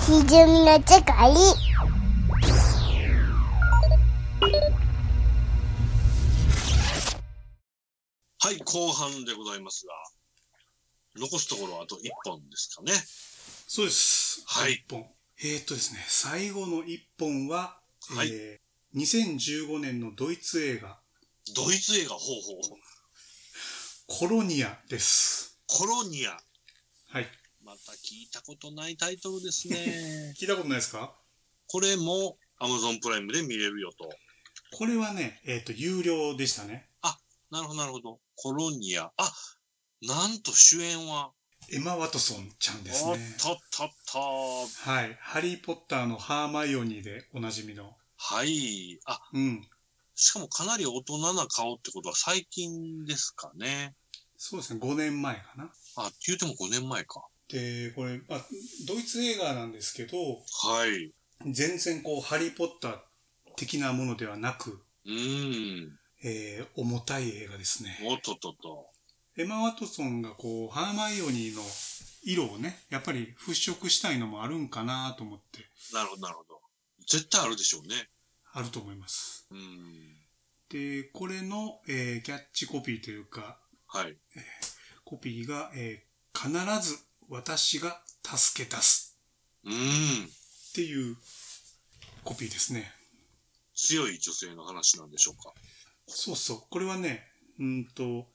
基準の違いはい、後半でございますが、残すところはあと1本ですかね。そうです。はい一本。えーっとですね、最後の一本は、はいえー2015年のドイツ映画、ドイツ映画方法、コロニアです。コロニア。はい。また聞いたことないタイトルです ね。聞いたことないですかこれも Amazon プライムで見れるよと。これはね、えーっと、有料でしたね。なるほど、なるほど。コロニア。あ、なんと主演は、エマ・ワトソンちゃんですおっね。とっとっと。はい。ハリー・ポッターのハーマイオニーでおなじみの。はい。あ、うん。しかもかなり大人な顔ってことは最近ですかね。そうですね、5年前かな。あ、言うても5年前か。で、これ、まあ、ドイツ映画なんですけど、はい。全然こう、ハリー・ポッター的なものではなく、うーん。えー、重たい映画ですね。おっとっとっと。エマ・ワトソンがこう、ハーマイオニーの色をね、やっぱり払拭したいのもあるんかなと思って、なるほど、なるほど。絶対あるでしょうね。あると思います。うん。で、これの、えーキャッチコピーというか、はい。コピーが、えー必ず私が助け出すうん。っていうコピーですね。強い女性の話なんでしょうか。そうそう。これはね、うんと、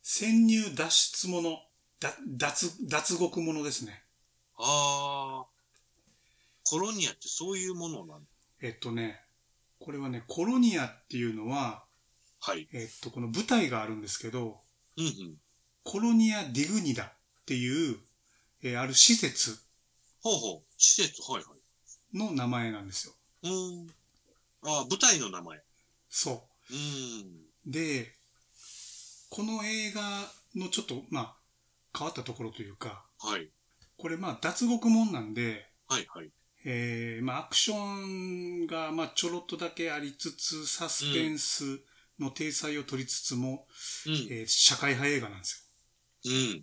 潜入脱出者、だ脱、脱獄者ですね。ああ。コロニアってそういうものなんえっとね、これはね、コロニアっていうのは、はい。えっと、この舞台があるんですけど、うんうん。コロニア・ディグニダっていう、えーある施設ほうほう。施設、はいはい。の名前なんですよ。うん。ああ、舞台の名前。そうん。う。で、この映画のちょっと、まあ、変わったところというか、はい。これまあ、脱獄もんなんで、はいはい。えーまあ、アクションが、まあ、ちょろっとだけありつつ、サスペンスの体裁を取りつつも、うん。えー社会派映画なんですうん。よ。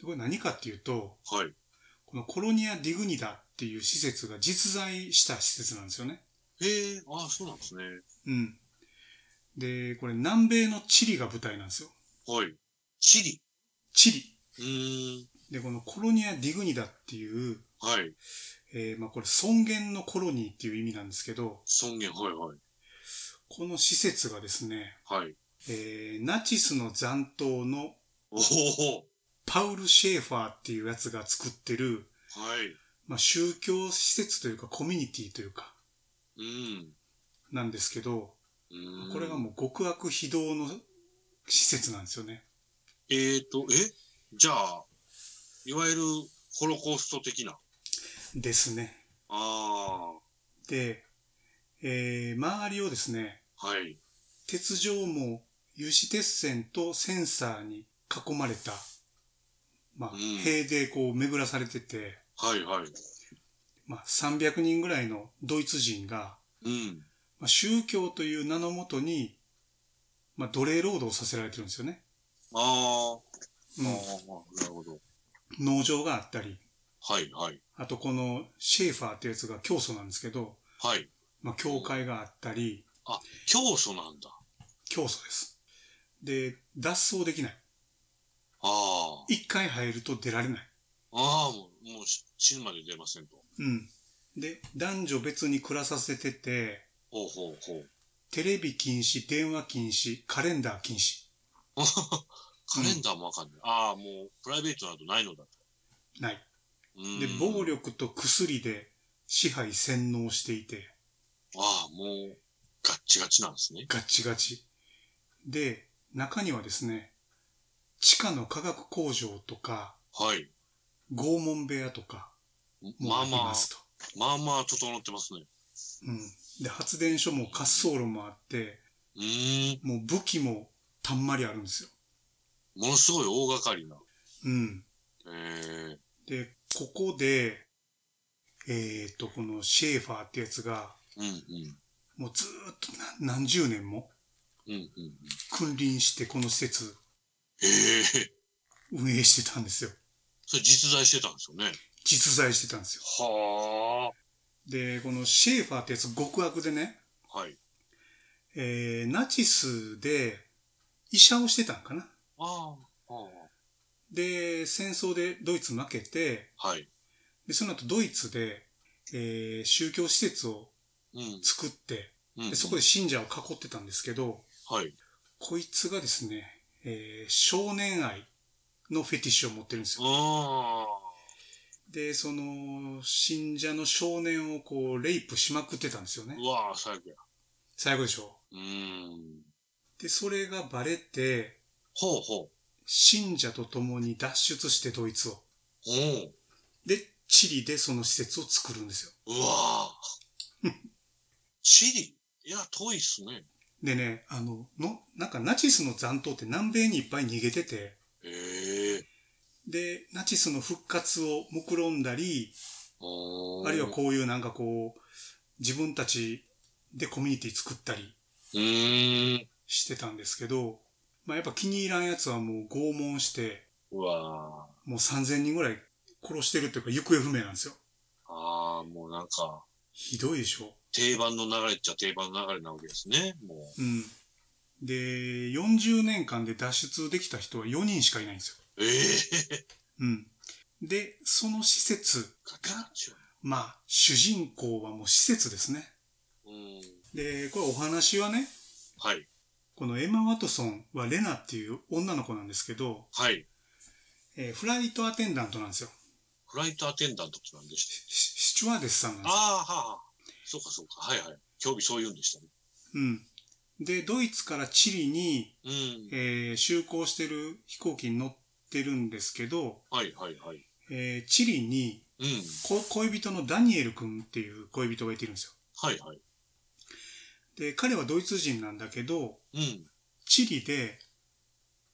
でこれ何かっていうと、はい。このコロニア・ディグニダっていう施設が実在した施設なんですよね。へえ、ああ、そうなんですね。うん。で、これ南米のチリが舞台なんですよ。はい。チリ。チリ。うーん。で、このコロニア・ディグニダっていう、はい。えーまあこれ尊厳のコロニーっていう意味なんですけど、尊厳、はいはい。この施設がですね、はい。えーナチスの残党のおおパウル・シェーファーっていうやつが作ってる、はい。まあ、宗教施設というかコミュニティというか、うん。なんですけど、うん。これがもう極悪非道の施設なんですよね。えーと、えじゃあ、いわゆるホロコースト的な。ですね。あで、えー周りをですね、あ、はい。鉄条網、有刺鉄線とセンサーに囲まれた、まあ、うん塀でこう巡らされてて、はいはい。まあ、300人ぐらいのドイツ人が、うん。まあ、宗教という名のもとに、まあ、奴隷労働をさせられてるんですよね。あうあ、あんあ、なるほど。農場があったり、はいはい。あとこのシェーファーってやつが教祖なんですけど、はい。まあ、教会があったり、教祖なんだ。教祖です。で、脱走できない。あ一回入ると出られない。あ、ああ、もう、もうし死ぬまで出ませんと。うん。で、男女別に暮らさせてて、ほうほうほう。テレビ禁止、電話禁止、カレンダー禁止。カレンダーもわかんない。ああ、もう、プライベートなどないのだと。ない。うんで、暴。力と薬で支配洗脳していて、ああ、もう、ガッチガチなんですね。ガッチガチ。で、中にはですね、地下の化学工場とか、はい。拷問部屋とかもまあありまあま、すと。まあまあ、整ってますね。うん。で、発電所も滑走路もあって、うーん。もう武器もたんまりあるんですよ。ものすごい大掛かりな。うん。ええで、ここで、えっ、と、このシェーファーってやつが、うんうん。もうずーっと何何十年もうんうんうん。君臨してこの施設ええ運営してたんですよ。それ実在してたんですよね。実在してたんですよ。はで、このシェーファーってやつ極悪でね、あ。はい。えー、ナチスで医者をしてたんかな。ああ。はで、戦争でドイツ負けて、あはい。で、その後ドイツで、えー、宗教施設をうん。作って、うでん。そこで信者を囲ってたんですけど、はい。こいつがですね、えー少年愛のフェティッシュを持ってるんですよ。あで、その、信者の少年をこう、レイプしまくってたんですよあ。ねう。わあ、最悪や。最後でしょ。うーん。で、それがバレて、ほうほう。信者と共に脱出してドイツを。ほう。で、チリでその施設を作るんですよ。うわあ。 チリいや、遠いっすね。でね、あの、の、なんかナチスの残党って南米にいっぱい逃げてて、ええー。で、ナチスの復活を目論んだり、ああるいはこういうなんかこう、自分たちでコミュニティ作ったりう。うーん。してたんですけど、まあやっぱ気に入らんやつはもう拷問して、うわもう3000人ぐらい殺してるというか行方不明なんですよ。あ。ああ、もうなんか、ひどいでしょ。定番の流れっちゃ定番の流れなわけですね。もうん。で、40年間で脱出できた人は4人しかいないんですよ。う。ええうん。で、その施設ー。が、まあ、主人公はもう施設ですね。うん。で、これお話はね、はい。このエマ・ワトソンはレナっていう女の子なんですけど、はい。えーフライトアテンダントなんですよ。フライトアテンダントってなんでしたシシチュワーデスさんなんですあよ。あ、はあ。そうか、そうか。はいはい。興味そういうんでしたね。うん。で、ドイツからチリに、うん。えー就航してる飛行機に乗ってるんですけど、はいはいはい。えーチリにうん。こ恋人のダニエル君っていう恋人がいてるんですよ。はいはい。で、彼はドイツ人なんだけど、うん。チリで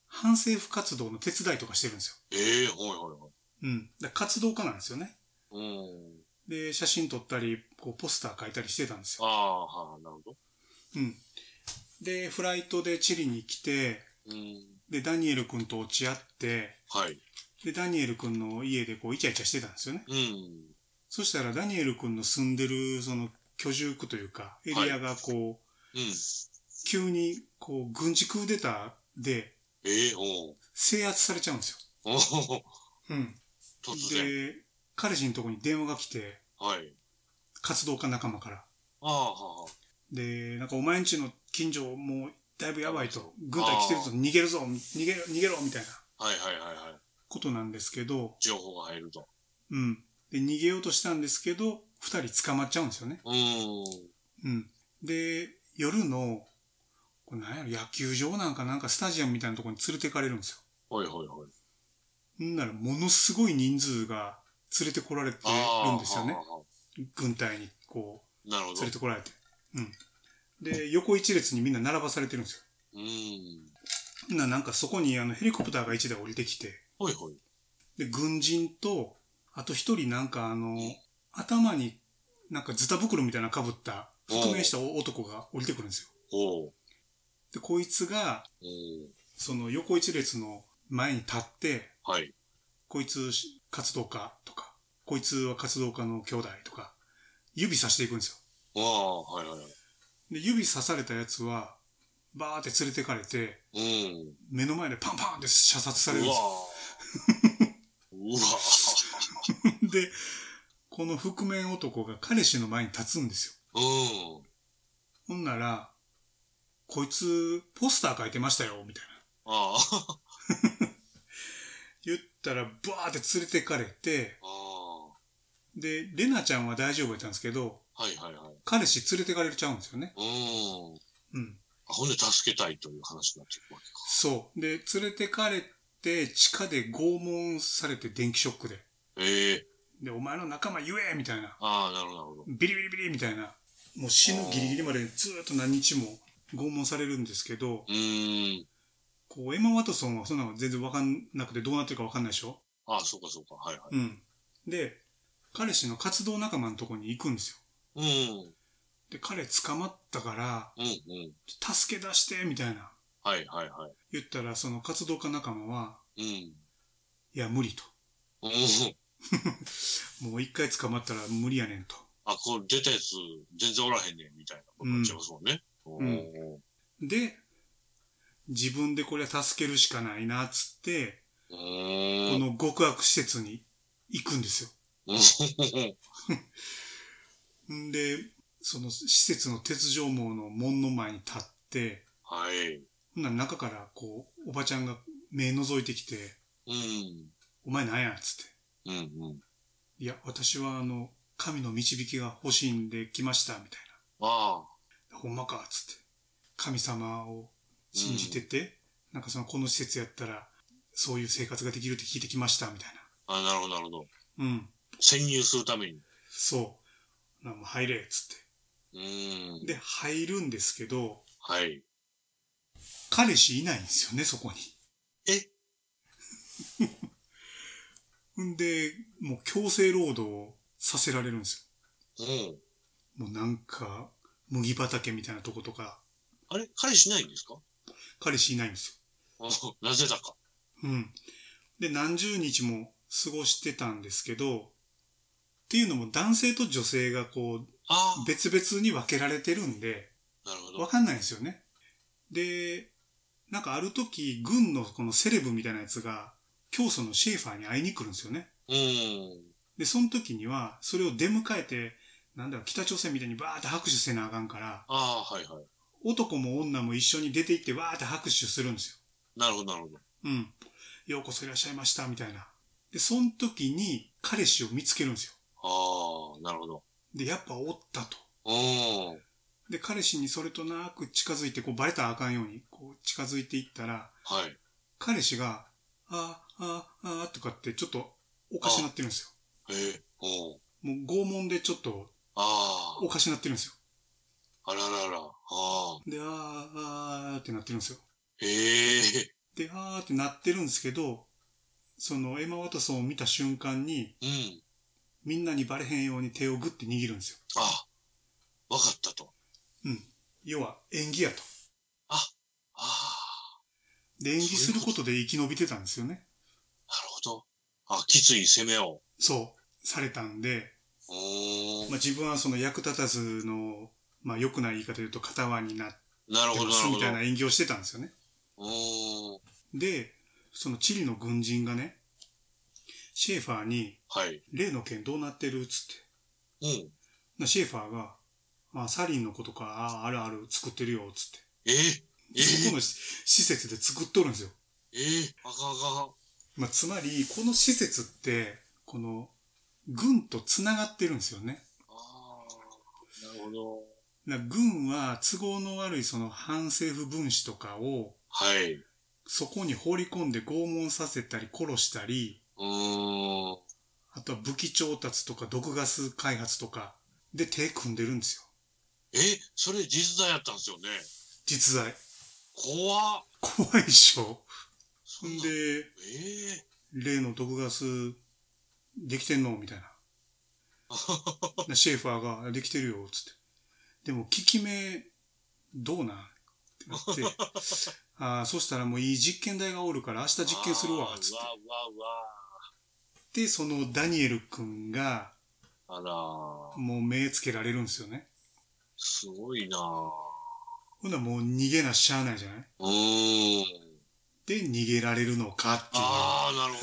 反政府活動の手伝いとかしてるんですええー、はいはいはい。よ。うん。だから活動家なんですよね。うん。で、写真撮ったり、こうポスター書いたりしてたんですよ。ああ、はあ、なるほど。うん。で、フライトでチリに来て、うん。で、ダニエル君と落ち合って、はい。で、ダニエル君の家でこうイチャイチャしてたんですよね。うん。そしたらダニエル君の住んでるその居住区というか、エリアがこう、うん。急にこう軍事クーデターでええー、おう制圧されちゃうんですおうよ。うん。突然。で、彼氏のとこに電話が来て、はい。活動家仲間から。ああ、はあ。で、なんかお前んちの近所もうだいぶやばいと、軍隊来てるぞ、逃げるぞ、逃げろ、逃げろ、みたいなはいはいはいはい。ことなんですけど、情報が入ると。うん。で、逃げようとしたんですけど、二人捕まっちゃうんですよね。うん。うん。で、夜の、これなんやろ、野球場なんかなんかスタジアムみたいなところに連れてかれるんですはいはいはい。よ。んなら、ものすごい人数が連れてこられてああ、るんですよねは。あはあ軍隊に、こなるほう、ど。連れてこられて。うん。で、横一列にみんな並ばされてるんですよ。うん。ななんかそこにあのヘリコプターが1台降りてきて、はいはい。で、軍人と、あと一人なんかあの、頭になんかズタ袋みたいなの被った、覆面した男が降りてくるんですよ。おう。で、こいつが、おうその横一列の前に立って、はい。こいつ活動家とか、こいつは活動家の兄弟とか、指さしていくんですあよ。あ、はいはいはい。で、指刺されたやつは、バーって連れてかれて、うん。目の前でパンパンって射殺されるんうでわすよ。ーうわー で、この覆面男が彼氏の前に立つんですよ。うん。ほんなら、こいつ、ポスター書いてましたよ、みたいな。ああ。言ったら、バーって連れてかれて、ああ。で、レナちゃんは大丈夫やったんですけど、はいはいはい。彼氏連れてかれちゃうんですよね。うん。うん。あほんで助けたいという話になっていくわけか。そう。で、連れてかれて、地下で拷問されて電気ショックで。ええで、お前の仲間言えみたいな。ああ、なるほどなるほど。ビリビリビリみたいな。もう死ぬギリギリまでずーっと何日も拷問されるんですけど、うーん。こう、エマ・ワトソンはそんなの全然わかんなくてどうなってるかわかんないでしょああ、そうかそうか。はいはうん。で、彼氏の活動仲間のとこに行くんですよ。い。うん。で、彼捕まったから、うんうん。助け出して、みたいな。はいはいは言ったら、その活動家仲間は、い。うん。いや、無理と。うん。もう一回捕まったら無理やねんと。あ、これ出たやつ全然おらへんねんみたいなことになっちゃいますもんね。おーで、自分でこれは助けるしかないな、つって、うこーん。の極悪施設に行くんですよ。んで、その施設の鉄条網の門の前に立って、はい。ほんなら中からこう、おばちゃんが目覗いてきて、うん。お前なんやつって。うんうん。いや、私はあの、神の導きが欲しいんで来ました、みたいああ。な。ほんまか、つって。神様を信じてて、なんかその、この施設やったら、そういう生活ができるって聞いてきました、みたいあ、なるほど、なるほど。な。うん。潜入するために。そう。なもう入れ、つっうーんて。。で、入るんですけど、はい。彼氏いないんですよね、そこに。えん で、もう強制労働をさせられるんですうん。よ。もうなんか、麦畑みたいなとことか、あれ彼氏いないんですか彼氏いないんですよ。あ なぜだか。うん。で、何十日も過ごしてたんですけど、っていうのも男性と女性がこう、あ別々に分けられてるんで、あ。なるほ分ど。かんないんですよね。で、なんかある時、軍のこのセレブみたいなやつが、教祖のシェーファーに会いに来るんですよね。うん。で、その時には、それを出迎えて、なんだろう、北朝鮮みたいにバーって拍手せなあかんから、ああ、はいはい。男も女も一緒に出て行ってわーって拍手するんですよ。なるほど、なるほど。うん。ようこそいらっしゃいました、みたいな。で、その時に彼氏を見つけるんですよ。ああ、なるほど。で、やっぱおったと。うん。で、彼氏にそれとなく近づいて、こう、バレたらあかんように、こう、近づいていったら、はい。彼氏が、あーあー、ああー、とかって、ちょっと、おかしなってるんですよ。ええ。うん。もう、拷問でちょっと、あおかしなってるんですよ。あ。あららら。ああ。で、あーあーってなってるんですよ。ええ。で、あーってなってるんですけど、その、エマ・ワトソンを見た瞬間に、うん。みんなにバレへんように手をグッて握るんですよ。ああ。わかったと。要は、演技やと。ああ。で、演技することで生き延びてたんですよね。なるほど。あ、きつい攻めを。そう、されたんで、うんまあ、。自分はその役立たずの、まあ、良くない言い方で言うと、片輪になってなるほど、まなするみほどたい。な演技をしてたんですよね。うん。で、そのチリの軍人がね、シェーファーに、はい。例の件どうなってるっつって。うん。なシェーファーが、あサリンのことか、ああ、あるある作ってるよ、つって。ええ。えそこえ。のし施設で作っとるんですよ。ええ。あかんあかん。まあ、つまり、この施設って、この、軍と繋がってるんですよね。ああ。なるほど。な軍は都合の悪いその反政府分子とかをはい。うそこに放り込んで拷問させたり殺したり、ーん。あとは武器調達とか毒ガス開発とかで手組んでるんですよ。え、それ実在やったんですよね。実在。怖っ。怖いっしょ。そんんな。で、ええ例の毒ガスできてんのみたいな。なシェーファーができてるよ、つって。でも効き目どうなんってなって。ああ、そしたらもういい実験台がおるから明日実験するわあ、ーつっうてわ。うわで、そのダニエル君が、うわ。あらー、もう目つけられるんですよね。すごいなーほんならもう逃げなしゃあないじゃないうーん。で、逃げられるのかっていああ、なるほ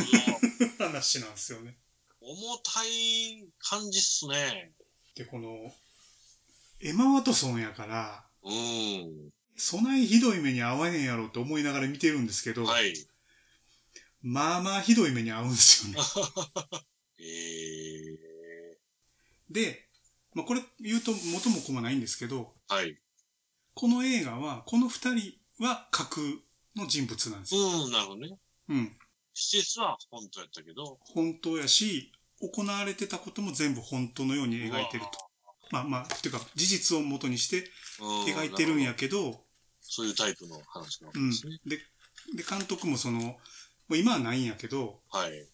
ど。 う話なんですよね。重たい感じっすね。で、この、エマ・ワトソンやから、うーそないひどい目に遭わへんやろって思いながら見てるんですけど、ん。はい。まあまあひどい目に遭うんですよ ね。ええで、まあこれ言うと元も子もないんですけど、はい。この映画は、この二人は架空の人物なんですよ。うん、なるほどね。うん。施設は本当やったけど。本当やし、行われてたことも全部本当のように描いてると。まあまあ、っていうか、事実を元にしてうわー。描いてるんなやほど。けど、そういうタイプの話なわけうんですね。。で、で、監督もその、もう今はないんやけど、はい。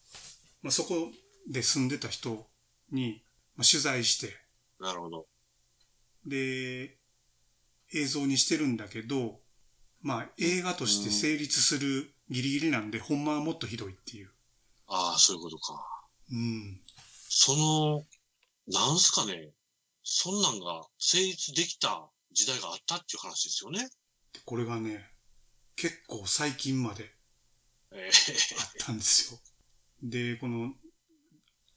まあ、そこで住んでた人に、まあ、取材して、なるほど。で、映像にしてるんだけど、まあ映画として成立するギリギリなんで、ほんまはもっとひどいっていう。ああ、そういうことか。うん。その、なんすかね、そんなんが成立できた時代があったっていう話ですよね。でこれがね、結構最近までえあったんですよ。で、この、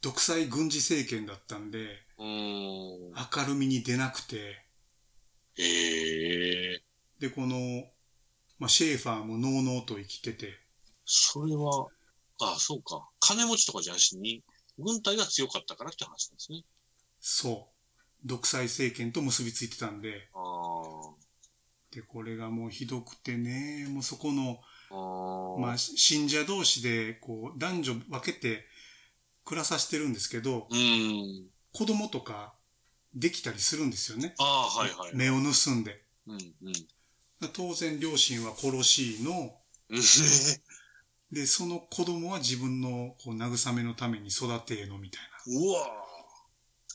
独裁軍事政権だったんで、ー、うーん。明るみに出なくて、ええー、で、この、まあ、シェーファーものうのうと生きてて、それは、あそうか。金持ちとかじゃなしに、軍隊が強かったからって話なんですね。そう、独裁政権と結びついてたんで、あーで、これがもうひどくてね、もうそこの、あー。まあ、信者同士で、こう、男女分けて暮らさせてるんですけど、うーん。子供とかできたりするんですよね。ああ、はいはい。目を盗んで。うん、うん。 当然両親は殺しの、うんで、その子供は自分のこう慰めのために育てのみたいうわ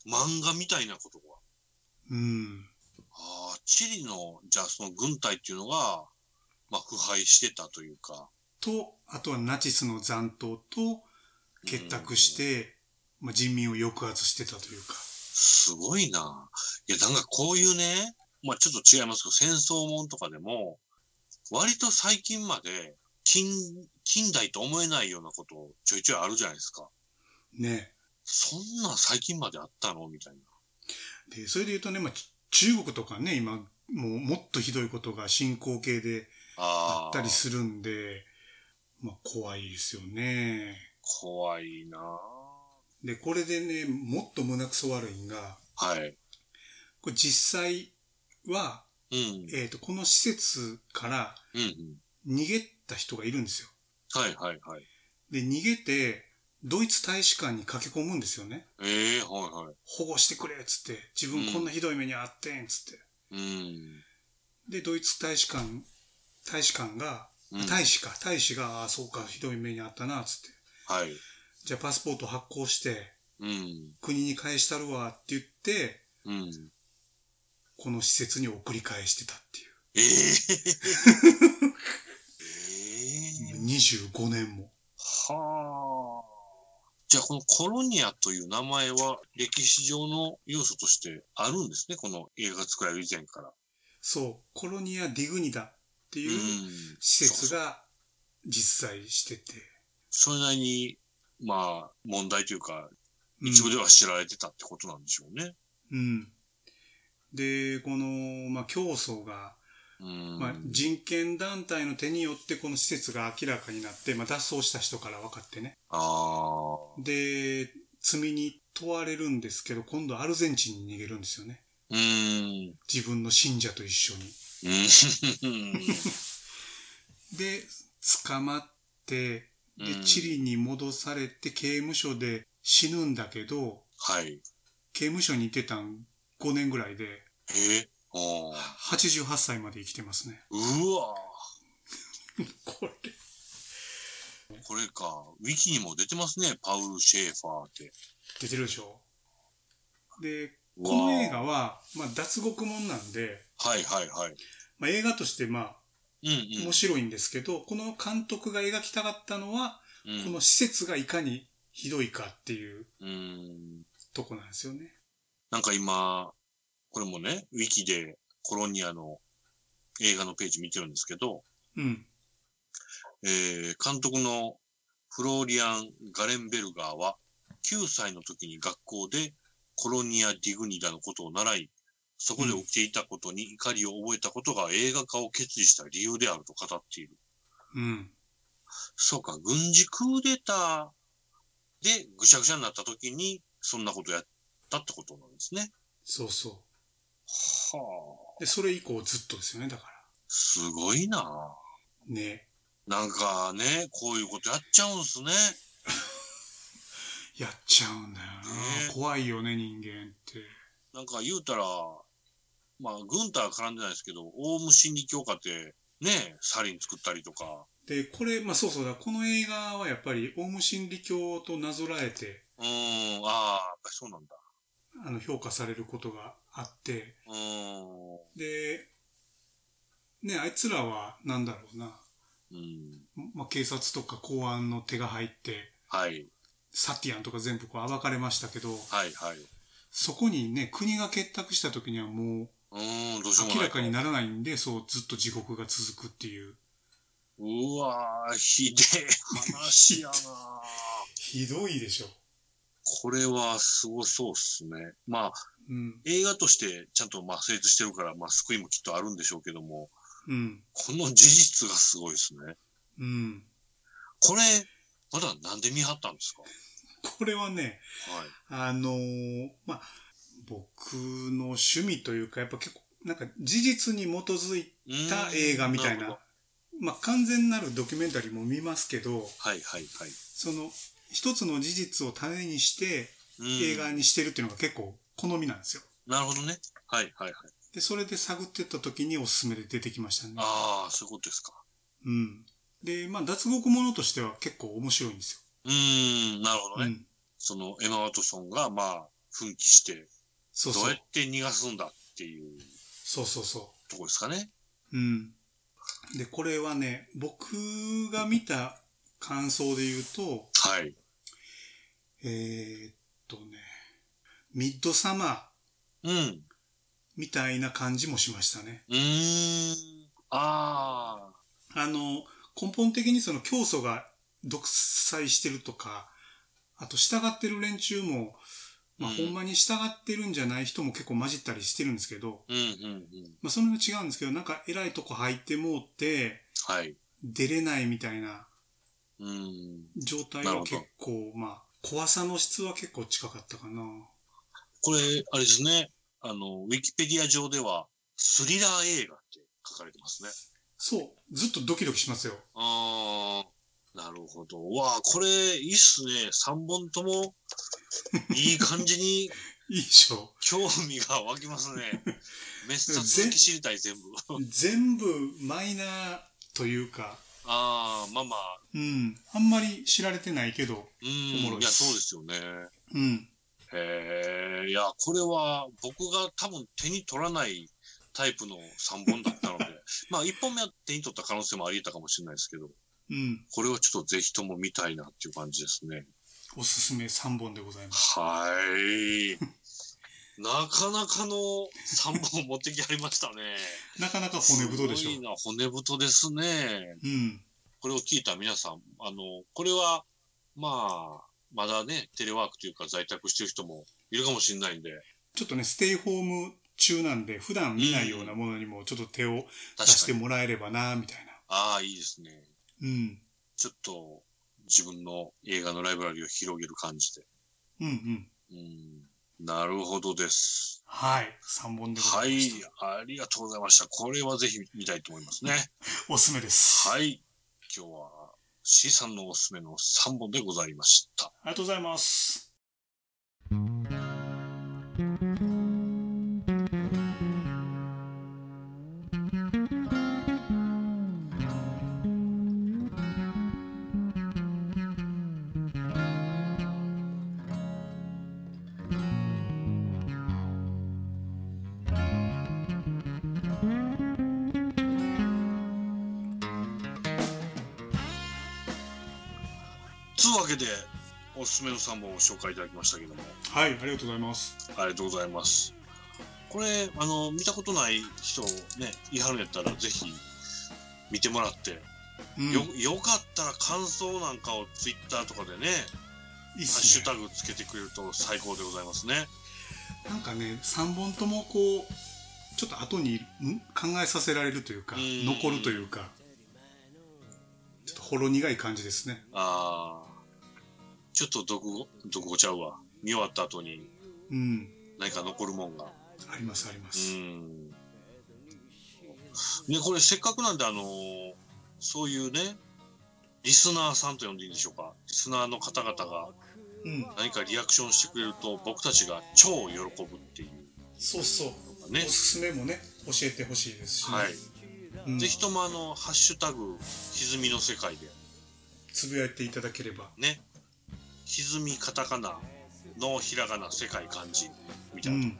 ー漫画みたいなことが。な。うん。ああ、チリの、じゃあその軍隊っていうのが、まあ腐敗してたというか。と、あとはナチスの残党と結託して、まあ、人民を抑圧してたというか。すごいな。いや、なんかこういうね、まあちょっと違いますけど、戦争もんとかでも、割と最近まで、近、近代と思えないようなことちょいちょいあるじゃないですか。ね。そんなん最近まであったのみたいな。で、それで言うとね、まあ、ち中国とかね、今、もうもっとひどいことが進行形でああっあたり、するんで、まあ、怖いですよね。怖いな。で、これでね、もっと胸くそ悪いんが、はい。これ実際は、うん。えっ、と、この施設からうん、うん。逃げた人がいるんですよ。はいはいはい。で、逃げて、ドイツ大使館に駆け込むんですよね。ええはいはい。保護してくれっつって、自分こんなひどい目にあってんっつって。うん。で、ドイツ大使館、大使館が、うん大使か、大使が、ああ、そうか、ひどい目にあったな、つって。はい。じゃあパスポート発行して、うん。国に返したるわって言って、うん。この施設に送り返してたっていう。ええ ええ25年も。はあ。じゃあ、このコロニアという名前は歴史上の要素としてあるんですね、この映画作られる以前から。そう、コロニア・ディグニダってう。いうん施設が実在してて。それなりに、まあ、問題というか、うん一部では知られてたってことなんでしょうね。うん。で、この、まあ、競争が、うん。まあ、人権団体の手によってこの施設が明らかになって、まあ、脱走した人から分かってね。ああ。で、罪に問われるんですけど、今度アルゼンチンに逃げるんですよね。うん。自分の信者と一緒に。うん。で、捕まって、 でう、んチリに戻されて刑務所で死ぬんだけど、はい。刑務所にいてたん5年ぐらいで、ええああ。 88歳まで生きてますね。うわこれ。これか。ウィキにも出てますね。パウル・シェーファーって。出てるでしょで、うわこの映画は、まあ、脱獄もんなんで、はいはいはい。まあ、映画としてまうんあ、うん。面白いんですけど、この監督が描きたかったのは、うんこの施設がいかにひどいかっていううん。とこなんですよね。なんか今、これもね、ウィキでコロニアの映画のページ見てるんですけど、うん。えー、監督のフローリアン・ガレンベルガーは、9歳の時に学校でコロニア・ディグニダのことを習い、そこで起きていたことに怒りを覚えたことが映画化を決意した理由であると語っている。うん。そうか、軍事クーデターでぐしゃぐしゃになった時に、そんなことやったってことなんですね。そうそはあ。う。で、それ以降ずっとですよね、だかすごいな。ら。ね。なんかね、こういうことやっちゃうんすね。やっちゃうんだよな。ね怖いよね、人間って。なんか言うたら、まあ、軍隊は絡んでないですけど、オウム真理教科って、ね、サリン作ったりとか。で、これ、まあそうそうだ。この映画はやっぱり、オウム真理教となぞらえて、うーん、ああ、やっぱりそうなんだ。あの、評価されることがあって、うーん、で、ね、あいつらは、なんだろうな。うん、まあ警察とか公安の手が入って、はい。サティアンとか全部こう暴かれましたけど、はいはい。そこにね、国が結託した時にはもううーん、どうしようも明ならい。かにならないんで、そう、ずっと地獄が続くっていう。うわー、ひでえ 話やなひどいでしょ。これはすごそうっすね。まあ、うん。映画としてちゃんとまあ成立してるから、まあ救いもきっとあるんでしょうけども、うん。この事実がすごいですね。うん。これ、まだなんで見張ったんですかこれはね、はい。あのーまあ、僕の趣味というか、やっぱ結構、なんか事実に基づいうーんた映画みたいるなほどまあ、完全なるドキュメンタリーも見ますけど、はいはいはい。その、一つの事実を種にしてうん映画にしてるっていうのが結構好みなんですよ。なるほどね。はいはいはい。で、それで探ってった時におすすめで出てきましたね。ああ、そういうことですか。うん。で、まあ、脱獄ものとしては結構面白いんですうーん、なるほどよ。ね。うん。その、エマ・ワトソンが、まあ、奮起して、そうどうそやうっ。て逃がすんだっていうそうそうそとこですかね。う。うん。で、これはね、僕が見た感想で言うと、はい。えーっとね、ミッドサマーうん。みたいな感じもしましたね。うーん。ああ。あの、根本的にその教祖が独裁してるとか、あと従ってる連中も、まあ、うんほんまに従ってるんじゃない人も結構混じったりしてるんですけど、うんうんうん。まあ、その辺は違うんですけど、なんか偉いとこ入ってもうて、はい。出れないみたいなうーん。状態なるはほど結構、まあ、怖さの質は結構近かったかな。これ、あれですね。あの、ウィキペディア上では、スリラー映画って書かれてますね。そう、ずっとドキドキしますよ。ああ、なるほど。うわあ、これ、いいっすね。3本とも、いい感じにいいでしょ。興味が湧きます ね。めっさ続き知りたい、全部。全部マイナーというか、ああ、まあまあ、うん、あんまり知られてないけど、うん。おもろいいっや、すそうですよね。うん、へえ、いや、これは僕が多分手に取らないタイプの3本だったので、 まあ1本目は手に取った可能性もあり得たかもしれないですけど、うん、これはちょっとぜひとも見たいなっていう感じですね。おすすめ3本でございます。はい。 なかなかの3本持ってきはりましたね。なかなか 骨太でしすょごい。な、骨太ですね。うん、これを聞いた皆さん、あの、これは、まあ、まだね、テレワークというか在宅してる人もいるかもしれないんで、ちょっとね、ステイホーム中なんで、普段見ないようなものにもちょっと手を出確しかてに。もらえればな、みたいな。ああ、いいですね。うん、ちょっと自分の映画のライブラリを広げる感じで。うん、うん。うん、なるほどです。はい、3本でごはざいいました。、ありがとうございました。これはぜひ見たいと思いますね。おすすめです。。はいい。今日は C さんのおすすめの3本でございました。ありがとうございます。つうわけで、おすすめの3本を紹介いただきましたけども、はい、ありがとうございます。ありがとうございます。これ、あの、見たことない人ね、言いはるんやったら、ぜひ見てもらって、うん、よ、よかったら感想なんかをツイッターとかでね、いいっハッシすュね。タグつけてくれると最高でございますね。なんかね、3本ともこう、ちょっと後にん考えさせられるというか、うん残るというか、ちょっとほろ苦い感じですね。あーちょっと毒語、毒語ちゃうわ。見終わった後にうん。何か残るもんが。ありますありまうす。ん。ね、これせっかくなんで、あのーそういうね、リスナーさんと呼んでいいんでしょうか。リスナーの方々がうん。何かリアクションしてくれると僕たちが超喜ぶっていそうそう。うのがねお。すすめもね、教えてほしいですし、ね。はい。うんぜひともあの、ハッシュタグ、歪みの世界でつぶやいていただければ。ね、歪みカタカナのひらがな世界漢字みうたいな、ん。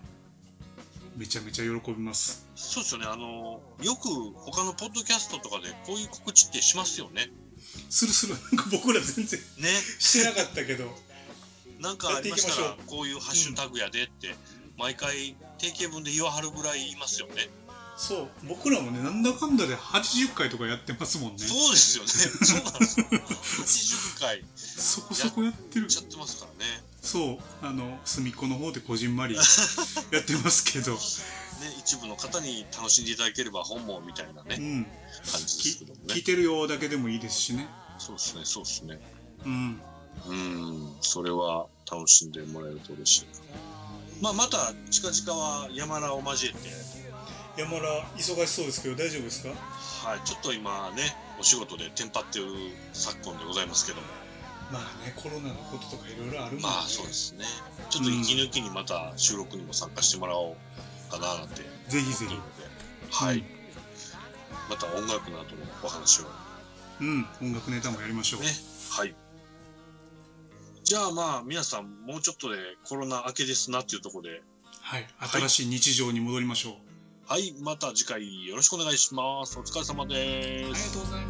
めちゃめちゃ喜びます。そうですよねあのよく他のポッドキャストとかでこういう告知ってしますよね するする、なんか僕ら全然ねしてなかったけど、なんかありましたら、こういうハッシュタグやでって、毎回定型文で言わはるぐらいいますよね。そう僕らもねなんだかんだで80回とかやってますもんねそうですよね。そうなんですよ。80回そこそこやってやるっちゃってますからね。そうあの隅っこの方でこじ んまりやってますけどね、一部の方に楽しんでいただければ本望みたいなうね、ん感じですきけども聞ねい。てるよだけでもいいですしねそうですね、そうですね。うんうん、それは楽しんでもらえると嬉しいな。まあ、また近々は山田を交えて、山田忙しそうですけど大丈夫ですかはい、ちょっと今ね、お仕事でテンパってる昨今でございますけども、まあねコロナのこととかいろいろあるもんねまあそうですね、ちょっと息抜きにまた収録にも参加してもらおうかななんてぜひ思ってぜいるひので、はういん、また音楽の後のお話をうん音楽ネタもやりましょう、ね、はい。じゃあまあ皆さんもうちょっとでコロナ明けですなっていうところで、はい新しい日常に戻りましょう、はい、また次回よろしくお願いします。お疲れ様です。ありがとうございます